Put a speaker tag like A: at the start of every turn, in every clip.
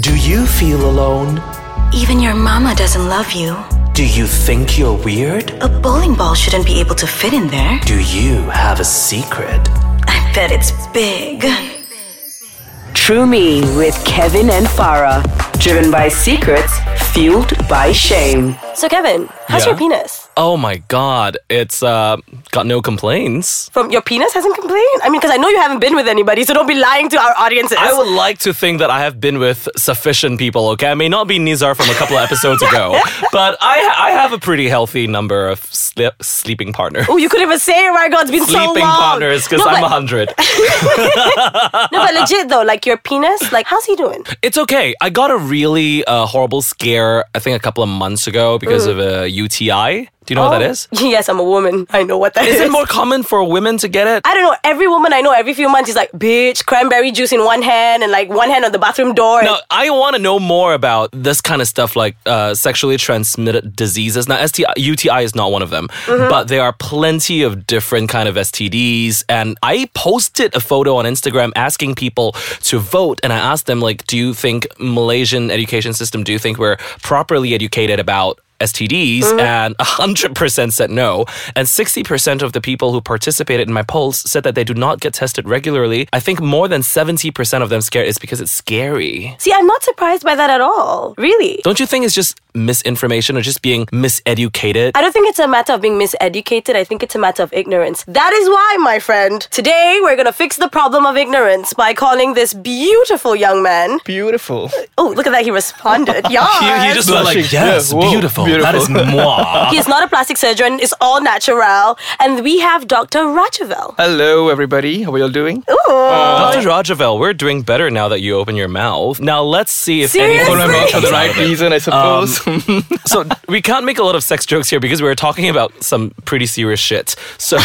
A: Do you feel alone?
B: Even your mama doesn't love you.
A: Do you think you're weird?
B: A bowling ball shouldn't be able to fit in there.
A: Do you have a secret?
B: I bet it's big.
C: True Me with Kevin and Farah. Driven by secrets, fueled by shame.
D: So, Kevin, how's
E: Yeah?
D: your penis?
E: Oh my god, it's uh got no complaints.
D: From your penis hasn't complained? I mean, because I know you haven't been with anybody, so don't be lying to our audiences.
E: I would like to think that I have been with sufficient people, okay? I may not be Nizar from a couple of episodes ago, but I I have a pretty healthy number of sleep, sleeping partners.
D: Oh, you couldn't even say it, my God. It's been so long.
E: sleeping partners because
D: no,
E: I'm
D: but,
E: 100.
D: No, but legit though, like your penis, like how's he doing?
E: It's okay. I got a really uh, horrible scare, I think a couple of months ago because of a UTI. Do you know
D: Oh.
E: what that is?
D: Yes, I'm a woman. I know what that
E: Is it more common for women to get it?
D: I don't know. Every woman I know, every few months, is like, bitch, cranberry juice in one hand and like one hand on the bathroom door.
E: Now, I want to know more about this kind of stuff like uh, sexually transmitted diseases. Now, STI, UTI is not one of them, but there are plenty of different kind of STDs. And I posted a photo on Instagram asking people to vote. And I asked them, like, do you think Malaysian education system, do you think we're properly educated about STDs and 100% said no. And 60% of the people who participated in my polls said that they do not get tested regularly. I think more than 70% of them scared is because it's scary.
D: See, I'm not surprised by that at all. Really.
E: Don't you think it's just misinformation or just being miseducated?
D: I don't think it's a matter of being miseducated. I think it's a matter of ignorance. That is why, my friend, today we're going to fix the problem of ignorance by calling this beautiful young man.
F: Beautiful.
D: Oh, look at that. He responded. Yeah.
E: He, he just was like,
F: Blushing.
E: yes,
F: Yeah, whoa,
E: beautiful. That
F: beautiful."
E: is moi.
D: He is not a plastic surgeon. It's all natural. And we have Dr. Rajavel.
E: Uh,
F: Hello, everybody. How are you all doing?
E: Dr. Rajavel, we're doing better now that you open your mouth. Now let's see if
D: Seriously?
E: anyone
F: For the right reason, I suppose.
E: So we can't make a lot of sex jokes here because we were talking about some pretty serious shit. So,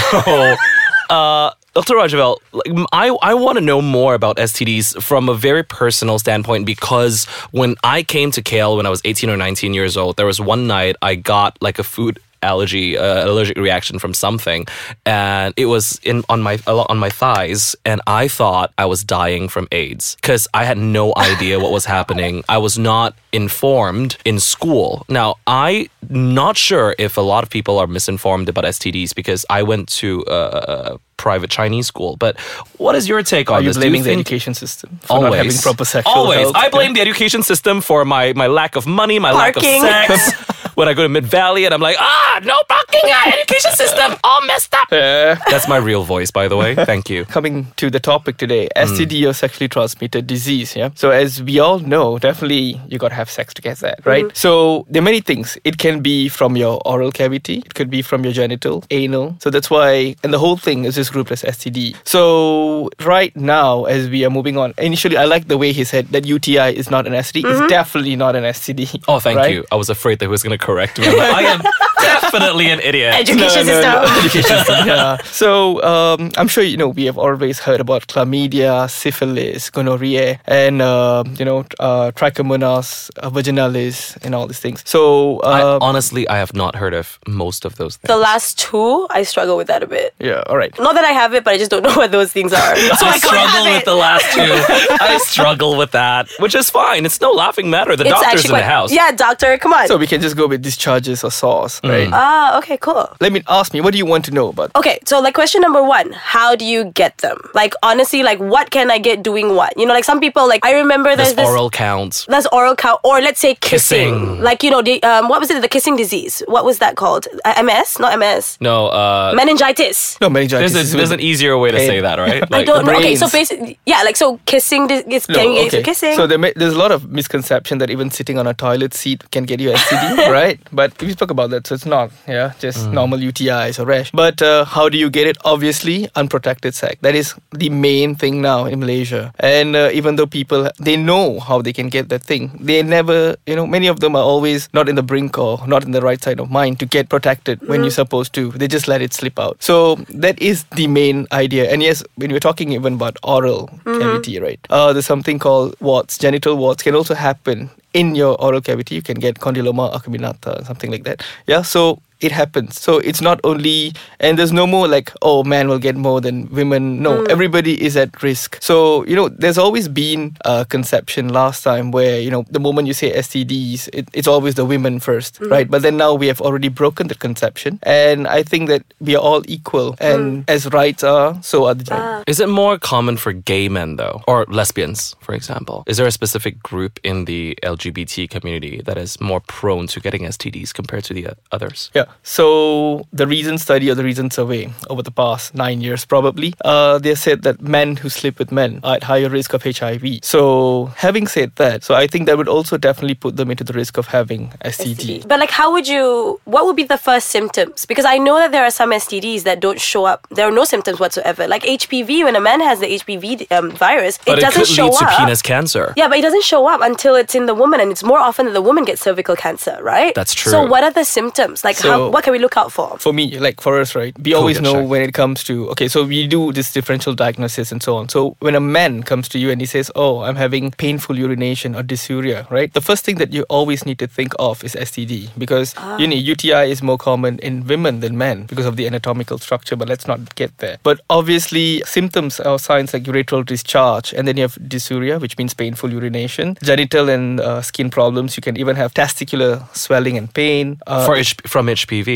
E: uh, Dr. Rajavel, like, m- I, I want to know more about STDs from a very personal standpoint because when I came to Kale when I was 18 or 19 years old, there was one night I got like a food allergy uh, allergic reaction from something and it was in on my a lot on my thighs and i thought i was dying from aids because i had no idea what was happening i was not informed in school now i not sure if a lot of people are misinformed about stds because i went to uh, a private chinese school but what is your take on
F: Are you
E: this Do
F: blaming the
E: think-
F: education system for
E: Always.
F: not having proper sexual
E: Always.
F: health?
E: I blame the education system for my, my lack of money, my
D: Parking.
E: lack of sex. when I go to Mid Valley and I'm like, ah, no parking, ah, education system, all messed up.
F: Yeah.
E: That's my real voice, by the way. Thank you.
F: coming to the topic today,
E: Hmm.
F: STD or sexually transmitted disease. Yeah. So as we all know, definitely you gotta have sex to get
E: Hmm.
F: that, right? So there are many things. It can be from your oral cavity. It could be from your genital, anal. So that's why, and the whole thing is just grouped as STD. So right now, as we are moving on, initially I like the way he said that UTI is not an STD. It's definitely not an STD.
E: Mm-hmm. Oh, thank
F: right?
E: you. I was afraid that he was going to correct me. I'm like, I am definitely an idiot.
D: Education system.
F: Education system, yeah. So um, I'm sure you know we have always heard about chlamydia, syphilis, gonorrhea, and uh, you know uh, trichomonas, uh, vaginalis, and all these things. So
E: I,
F: uh,
E: honestly, I have not heard of most of those
D: The
E: things.
D: last two, I struggle with that a bit.
F: yeah, all right.
D: Not that I have it, but I just don't know what those things are. so
E: I,
D: I can't have
E: struggle
D: it.
E: with the last two. I struggle with that, which is fine. It's no laughing matter. The doctor's in the house.
D: Yeah, doctor, come on.
F: So we can just go with discharges or sores, right?
D: ah, okay, cool.
F: Let me ask me. What do you want to know about?
D: Okay, so like question number one, how do you get them? Like honestly, like what can I get doing what? You know, like some people like I remember there's
E: This
D: this
E: oral counts.
D: that's oral cow or let's say kissing.
E: Kissing.
D: Like you know, the, um, what was it? The kissing disease. What was that called? Uh, MS, not MS.
E: No, uh,
D: Meningitis.
F: No, meningitis.
E: There's,
F: is
E: a, there's an
F: when-
E: easier way to say that, right?
D: I don't know. Okay, so
F: brains.
D: basically, yeah, like so kissing. Dis- is
F: No,
D: getting
F: okay.
D: kissing.
F: So there may, there's a lot of misconception that even sitting on a toilet seat can get you STD, right? But we spoke about that, so it's not. Yeah, just normal UTIs or rash. But uh, how do you get it? Obviously, unprotected sex. That is the main thing now in Malaysia. And uh, even though people they know how they can get that thing, they never, you know, many of them are always not in the brink or not in the right side of mind to get protected
D: Mm-hmm.
F: when you're supposed to. They just let it slip out. So that is the main idea. And yes, when we're talking even about oral cavity, right? Uh, there's something called warts, genital warts can also happen in your oral cavity. You can get condyloma acuminata, something like that. Yeah. So it happens. So it's not only, and there's no more like, oh, man will get more than women. No, everybody is at risk. So, you know, there's always been a conception last time where, you know, the moment you say STDs, it, it's always the women 1st right? But then now we have already broken the conception. And I think that we are all equal. And as rights are, so are the gender.
E: Is it more common for gay men though, or lesbians, for example? Is there a specific group in the LGBT community that is more prone to getting STDs compared to the uh, others?
F: Yeah. So the recent study or the recent survey over the past nine years, probably, uh, they said that men who sleep with men are at higher risk of HIV. So having said that, so I think that would also definitely put them into the risk of having STD.
D: But like, how would you? What would be the first symptoms? Because I know that there are some STDs that don't show up. There are no symptoms whatsoever. Like HPV, when a man has the HPV um, virus,
E: But it,
D: doesn't
E: could
D: show
E: lead to
D: up.
E: penis cancer.
D: Yeah, but it doesn't show up until it's in the woman, and it's more often that the woman gets cervical cancer, right?
E: That's
D: So,
E: true.
D: what are the symptoms? Like, how,
F: So-
D: what can we look out for?
F: For me, like for us, right? We always
E: get
F: know
E: checked.
F: when it comes to okay, so we do this differential diagnosis and so on. So when a man comes to you and he says, "Oh, I'm having painful urination or dysuria," right? The first thing that you always need to think of is STD because you know UTI is more common in women than men because of the anatomical structure. But let's not get there. But obviously, symptoms or signs like urethral discharge, and then you have dysuria, which means painful urination, genital and uh, skin problems. You can even have testicular swelling and pain. Uh,
E: For H- from HPV.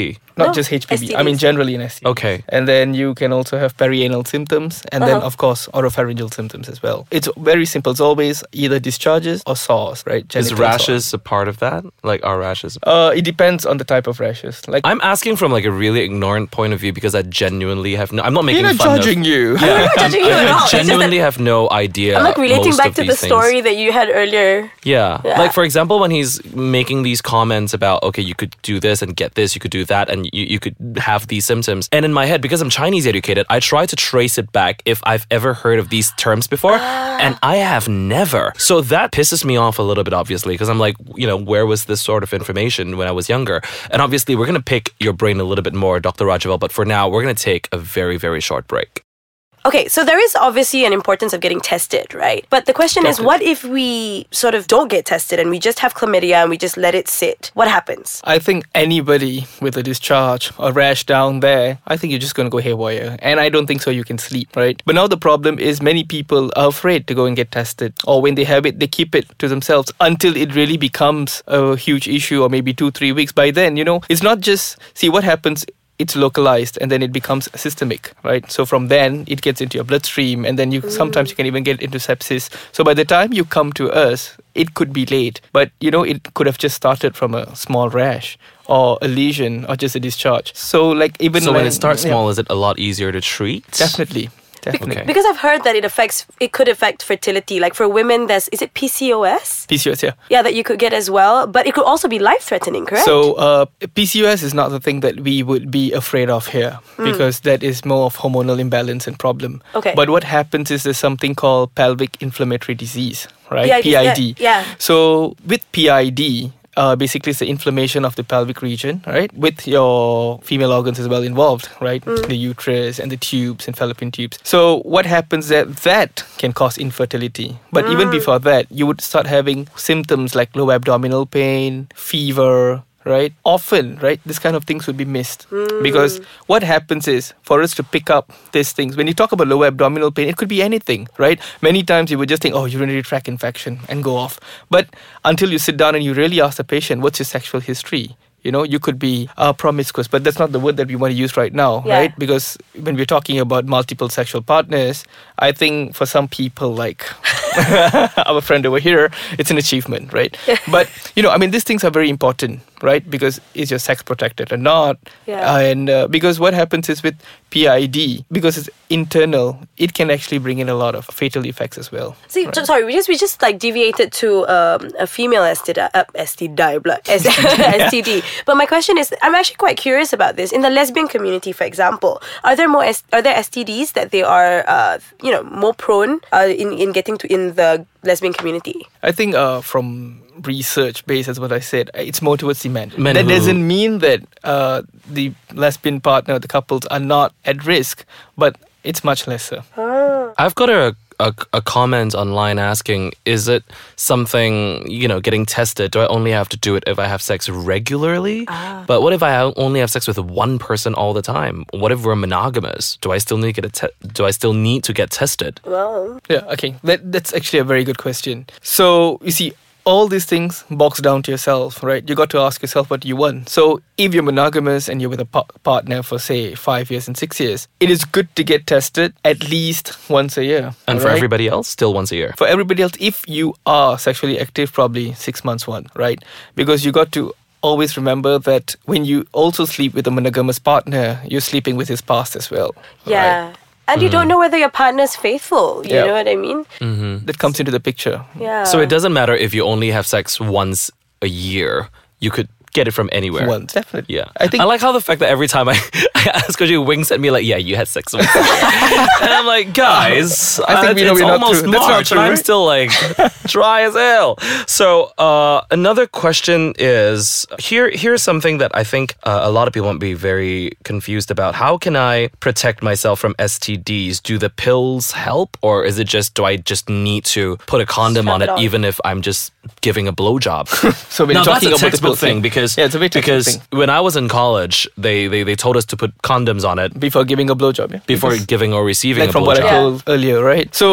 D: No,
F: not just HPV. I
D: STDs.
F: mean, generally in STDs.
E: Okay.
F: And then you can also have perianal symptoms, and then of course oropharyngeal symptoms as well. It's very simple. It's always either discharges or sores, right?
E: Is
F: Genital sores.
E: rashes a part of that? Like, are rashes?
F: Uh, it depends on the type of rashes. Like
E: I'm asking from like a really ignorant point of view because I genuinely have no. I'm not
F: we're
E: making
F: not
E: fun
F: judging
E: of.
F: you.
E: Yeah,
D: not judging you at all.
E: I
D: It's just
E: genuinely have no idea.
D: I'm like relating
E: uh, most
D: back
E: of
D: to the
E: these things.
D: story that you had earlier.
E: Yeah.
D: Yeah.
E: Like for example, when he's making these comments about okay, you could do this and get this, you could do that, and you, you could have these symptoms. And in my head, because I'm Chinese educated, I try to trace it back if I've ever heard of these terms before,
F: Ah.
E: and I have never. So that pisses me off a little bit, obviously, because I'm like, you know, where was this sort of information when I was younger? And obviously, we're gonna pick your brain a little bit more, Dr. Rajavel. But for now, we're gonna take a very very short break.
D: Okay, so there is obviously an importance of getting tested, right? But the question is, what if we sort of don't get tested and we just have chlamydia and we just let it sit? What happens?
F: I think anybody with a discharge or rash down there, I think you're just going to go haywire. And I don't think so you can sleep, right? But now the problem is many people are afraid to go and get tested. Or when they have it, they keep it to themselves until it really becomes a huge issue or maybe two, three weeks. By then, you know, it's not just, see what happens. It's localized and then it becomes systemic, right? So from then it gets into your bloodstream and then you sometimes you can even get into sepsis. So by the time you come to us, it could be late, but you know, it could have just started from a small rash or a lesion or just a discharge. So, like, even
E: So when it starts
F: yeah,
E: small, is it a lot easier to treat?
F: definitely, definitely.
E: Okay.
D: Because I've heard that it affects, it could affect fertility. Like for women, there's, is it PCOS?
F: PCOS, yeah.
D: Yeah, that you could get as well, but it could also be life threatening, correct?
F: So, uh, PCOS is not the thing that we would be afraid of here because that is more of hormonal imbalance and problem.
D: Hmm. Okay.
F: But what happens is there's something called pelvic inflammatory disease, right?
D: PID, yeah, yeah.
F: So with PID, uh, basically it's the inflammation of the pelvic region, right? With your female organs as well involved, right? The uterus and the tubes and fallopian tubes. So what happens that that can cause infertility. But even before that, you would start having symptoms like low abdominal pain, fever. Right? Often, right, this kind of things would be missed. Because what happens is for us to pick up these things, when you talk about lower abdominal pain, it could be anything, right? Many times you would just think, oh, urinary tract infection and go off. But until you sit down and you really ask the patient, what's your sexual history? You know, you could be uh, promiscuous, but that's not the word that we want to use right now,
D: Yeah.
F: right? Because when we're talking about multiple sexual partners, I think for some people, like our friend over here, it's an achievement, right? but, you know, I mean, these things are very important, right? Because is your sex protected or not?
D: Yeah.
F: Uh, and uh, because what happens is with PID, because it's internal, it can actually bring in a lot of fatal effects as well.
D: See, so- sorry, we just we just like deviated to um, a female STD, uh, STD, blah, S- STD. But my question is, I'm actually quite curious about this. In the lesbian community, for example, are there more S- are there STDs that they are uh, you know more prone uh, in in getting to in the lesbian community?
F: I think uh, from research based, that's what I said. uh, It's more towards the men.
E: Men
F: that
E: who-
F: doesn't mean that uh, the lesbian partner, the couples, are not at risk, but it's much lesser.
E: I've got a a, a comment online asking, is it something, you know, getting tested? Do I only have to do it if I have sex regularly? But what if I o- only have sex with one person all the time? What if we're monogamous? Do I still need to get a te- do I still need to get tested?
D: Well,
F: Yeah, okay. That, that's actually a very good question. So, you see, all these things box down to yourself, right? You got to ask yourself what you want. So, if you're monogamous and you're with a pa- partner for, say, five years and six years, it is good to get tested at least once a year.
E: And for
F: alright?
E: everybody else, still once a year.
F: For everybody else, if you are sexually active, probably six months one, right? Because you got to always remember that when you also sleep with a monogamous partner, you're sleeping with his past as well. right?
D: yeah. And you don't know whether your partner's faithful. You
F: Yeah.
D: know what I mean?
F: That comes into the picture.
D: Yeah.
E: So it doesn't matter if you only have sex once a year. You could get it from anywhere.
F: Once, definitely.
E: Yeah.
F: I think
E: I like how the fact that every time I, I ask her, she winks at me like, yeah, you had sex once. a year." and I'm like, guys,
F: I think
E: uh,
F: we know
E: it's
F: we're not
E: almost
F: through-
E: March.
F: that's not
E: and
F: true,
E: I'm
F: right?
E: still like dry as hell. So uh, another question is here. Here's something that I think uh, a lot of people might be very confused about. How can I protect myself from STDs? Do the pills help, or is it just do I just need to put a condom
D: Strap
E: on
D: it
E: it,
D: on.
E: even if I'm just giving a blowjob?
F: So we're
E: no,
F: talking
E: that's a
F: about the
E: textbook
F: pill
E: thing,
F: thing.
E: because
F: Yeah, it's a very textbook
E: because
F: thing.
E: when I was in college, they, they they told us to put condoms on it
F: before giving a blowjob. Yeah?
E: before
F: Because-
E: giving or receiving
F: like
E: a
F: from what I
E: blowjob.
F: told earlier, right? So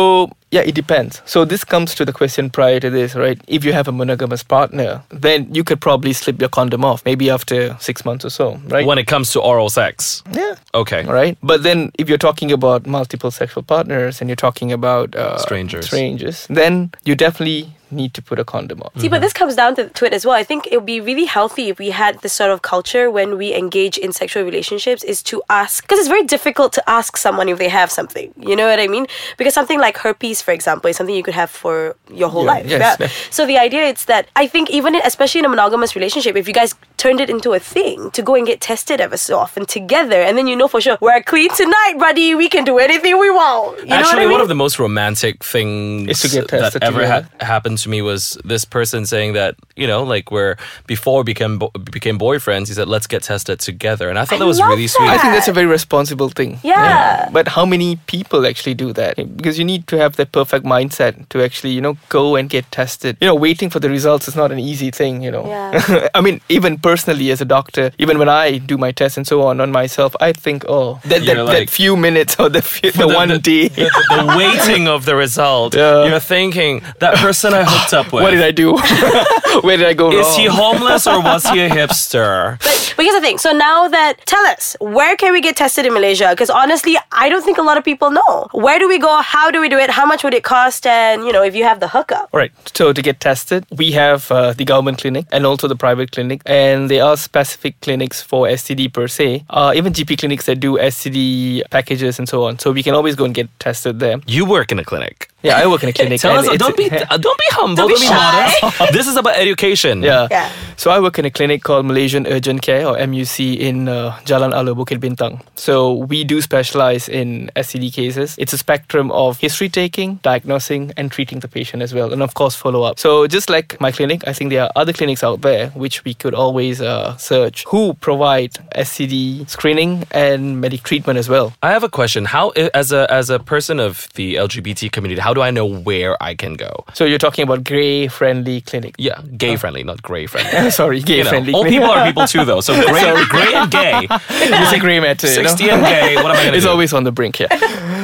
F: yeah, it depends. So this comes to the question prior to this, right? If you have a monogamous partner, then you could probably slip your condom off, maybe after six months or so, right?
E: When it comes to oral sex,
F: yeah.
E: okay,
F: Right, but then if you're talking about multiple sexual partners and you're talking about uh,
E: Strangers.
F: strangers, then you definitely need to put a condom on.
D: See,
E: Mm-hmm.
D: but this comes down to, to it as well. I think it would be really healthy if we had this sort of culture when we engage in sexual relationships is to ask, because it's very difficult to ask someone if they have something. You know what I mean? Because something like herpes, for example, is something you could have for your whole
F: Yeah,
D: life.
F: yes,
D: yeah.
F: definitely.
D: So the idea is that I think even in, especially in a monogamous relationship, if you guys turned it into a thing to go and get tested ever so often together, and then you know for sure we're clean tonight, buddy. We can do anything we want. You know what
E: Actually,
D: I mean?
E: one of the most romantic things
F: Is to get
E: that
F: tested
E: ever
F: together.
E: happened to me was this person saying that you know, like we're before we became bo- became boyfriends. He said, "Let's get tested together," and I thought that was
D: love
E: really
D: that.
E: sweet.
F: I think that's a very responsible thing.
D: Yeah.
F: But how many people actually do that? Because you need to have that perfect mindset to actually, you know, go and get tested. You know, waiting for the results is not an easy thing, you know.
D: Yeah.
F: I mean, even personally as a doctor, even when I do my tests and so on on myself, I think, oh, that,
E: You're
F: that,
E: like-
F: that few minutes or the, few, the,
E: the-
F: one
E: the-
F: day.
E: the, the waiting of the result.
F: Yeah.
E: You're thinking that person I hooked up with.
F: What did I do? Where did I go wrong?
E: is he homeless or was he a hipster?
D: But, but here's the thing. So now that tell us where can we get tested in Malaysia? Because honestly, I don't think a lot of people know. Where do we go? How do we do it? How much would it cost? And you know, if you have the hookup.
F: All right. So to get tested, we have uh, the government clinic and also the private clinic, and there are specific clinics for STD per se. Uh, even GP clinics that do STD packages and so on. So we can always go and get tested there.
E: You work in a clinic.
F: Yeah, I work in a clinic.
E: Tell
F: and
E: us.
F: it's-
E: Don't be. uh, Don't be humble.
D: Don't
E: Don't
D: be
E: be, modest. this is about education.
F: Yeah.
D: Yeah.
F: So I work in a clinic called Malaysian Urgent Care or MUC in uh, Jalan Alor Bukit Bintang. So we do specialize in STD cases. It's a spectrum of history taking, diagnosing, and treating the patient as well, and of course follow up. So just like my clinic, I think there are other clinics out there which we could always uh, search who provide STD screening and medic treatment as well.
E: I have a question. How, i- as a as a person of the LGBT community, how do I know where I can go?
F: So you're talking about grey friendly clinic.
E: Yeah, gay friendly, not gay friendly.
F: Sorry, Uh, gay
E: You know,
F: friendly.
E: old
F: clinic.
E: people are people too, though. So gray, gray and gay,
F: it's a grey matter. you know?
E: sixty and gay. What am I gonna
F: It's
E: do?
F: always on the brink, yeah.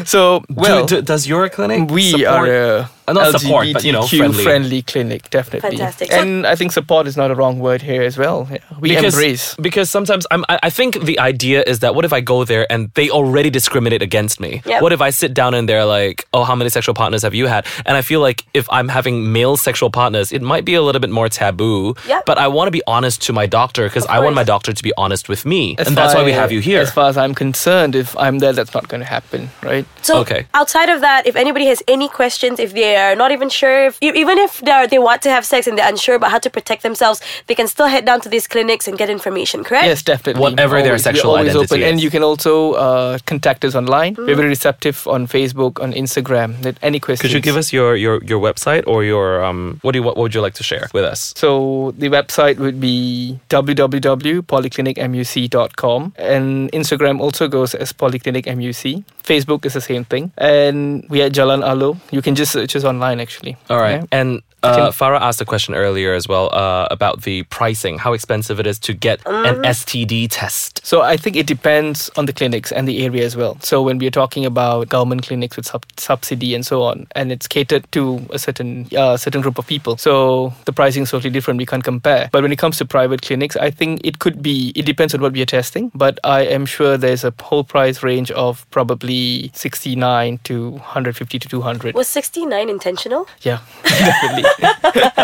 F: So, well,
E: do, do- does your clinic
F: we
E: support-
F: are a
E: Uh, not support, but you know,
F: LGBTQ
E: friendly.
F: clinic, definitely.
D: Fantastic. So-
F: And I think support is not a wrong word here as well. Yeah. We embrace.
E: because sometimes I'm, I, I think the idea is that what if I go there and they already discriminate against me?
D: Yep.
E: What if I sit down and they're like, oh, how many sexual partners have you had? And I feel like if I'm having male sexual partners, it might be a little bit more taboo.
D: Yep.
E: But I want to be honest to my doctor because I want
D: course.
E: my doctor to be honest with me,
F: As
E: and that's why
F: far-
E: we have you here.
F: As far as I'm concerned, if I'm there, that's not going to happen, right?
D: So
E: Okay.
D: outside of that, if anybody has any questions, if they they're not even sure if e- even if they they want to have sex and they're unsure about how to protect themselves, they can still head down to these clinics and get information. Correct?
F: Yes, definitely.
E: Whatever their
F: Always. We're
E: sexual
F: always
E: identity
F: open. And
E: is.
F: you can also uh, contact us online.
D: Mm-hmm.
F: We're very receptive on Facebook, on Instagram. That any questions?
E: Could you give us your your your website or your um? What do you what would you like to share with us?
F: So the website would be www.polyclinicmuc.com and Instagram also goes as polyclinicmuc. Facebook is the same thing, and we at Jalan Alo. You can just search us online actually.
E: All right.
F: Yeah.
E: And uh, Farah asked a question earlier as well uh, about the pricing, how expensive it is to get an
D: Um.
E: STD test.
F: So I think it depends on the clinics and the area as well. So when we're talking about government clinics with sub- subsidy and so on, and it's catered to a certain uh, certain group of people, so the pricing is totally different. We can't compare. But when it comes to private clinics, I think it could be. It depends on what we are testing. But I am sure there's a whole price range of probably sixty nine to hundred fifty to two hundred.
D: Was sixty nine intentional?
F: Yeah, definitely.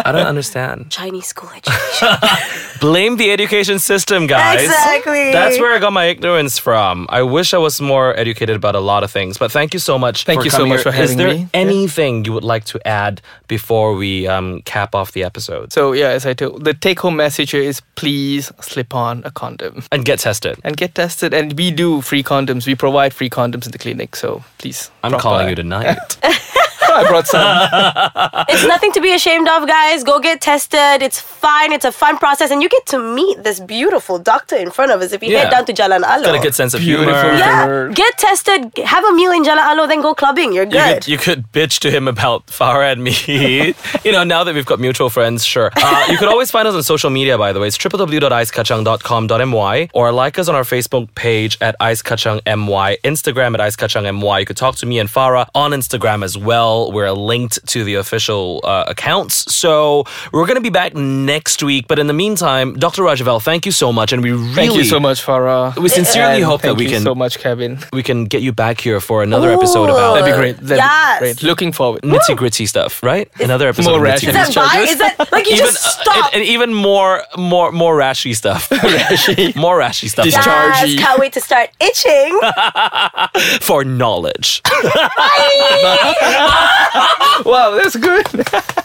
E: I don't understand.
D: Chinese school education.
E: Blame the education system, guys.
D: Exactly.
E: That's where I got my ignorance from. I wish I was more educated about a lot of things. But thank you so much.
F: Thank
E: for
F: you so
E: coming
F: much
E: here.
F: for
E: Is
F: having
E: there
F: me.
E: anything you would like to add before we um, cap off the episode
F: so yeah, as I told, the take home message here is please slip on a condom.
E: and get tested?
F: and get tested. And we do free condoms. We provide free condoms in the clinic. So please.
E: I'm
F: drop
E: calling
F: by.
E: you tonight.
F: I brought some.
D: It's nothing to be ashamed of, guys. Go get tested. It's fine. It's a fun process, and you get to meet this beautiful doctor in front of us. If you head
E: Yeah.
D: down to Jalan Alo,
E: Got a good sense of
F: Beautiful.
E: humor.
D: yeah,
F: Sure.
D: get tested. Have a meal in Jalan Alo, then go clubbing. You're
E: You
D: good.
E: could, you could bitch to him about Farah and me. you know, now that we've got mutual friends, sure. Uh, you could always find us on social media, by the way. It's www.icekachang.com.my or like us on our Facebook page at icekachangmy, Instagram at icekachangmy. You could talk to me and Farah on Instagram as well. We're linked to the official uh, accounts. So we're going to be back next week. But in the meantime, Dr. Rajavel, thank you so much. And we really,
F: Thank you so much, Farah.
E: we sincerely
F: And
E: hope that
F: thank
E: we
F: you
E: can-
F: so much, Kevin.
E: we can get you back here for another episode about
F: That'd be great. That'd
D: Yes.
F: be great. Looking forward.
E: nitty gritty stuff, right? Another episode
F: more
E: of
F: rash
E: nitty
F: and
D: is that
E: gritty.
F: discharge.
D: bi? Is that like you
E: Even,
D: just
E: uh,
D: stop?
E: and, and even more, more, more rashy stuff. rashy. More rashy stuff
F: Discharge.
D: Yes,
F: Chargy.
D: can't wait to start itching.
E: for knowledge.
F: Wow, that's good.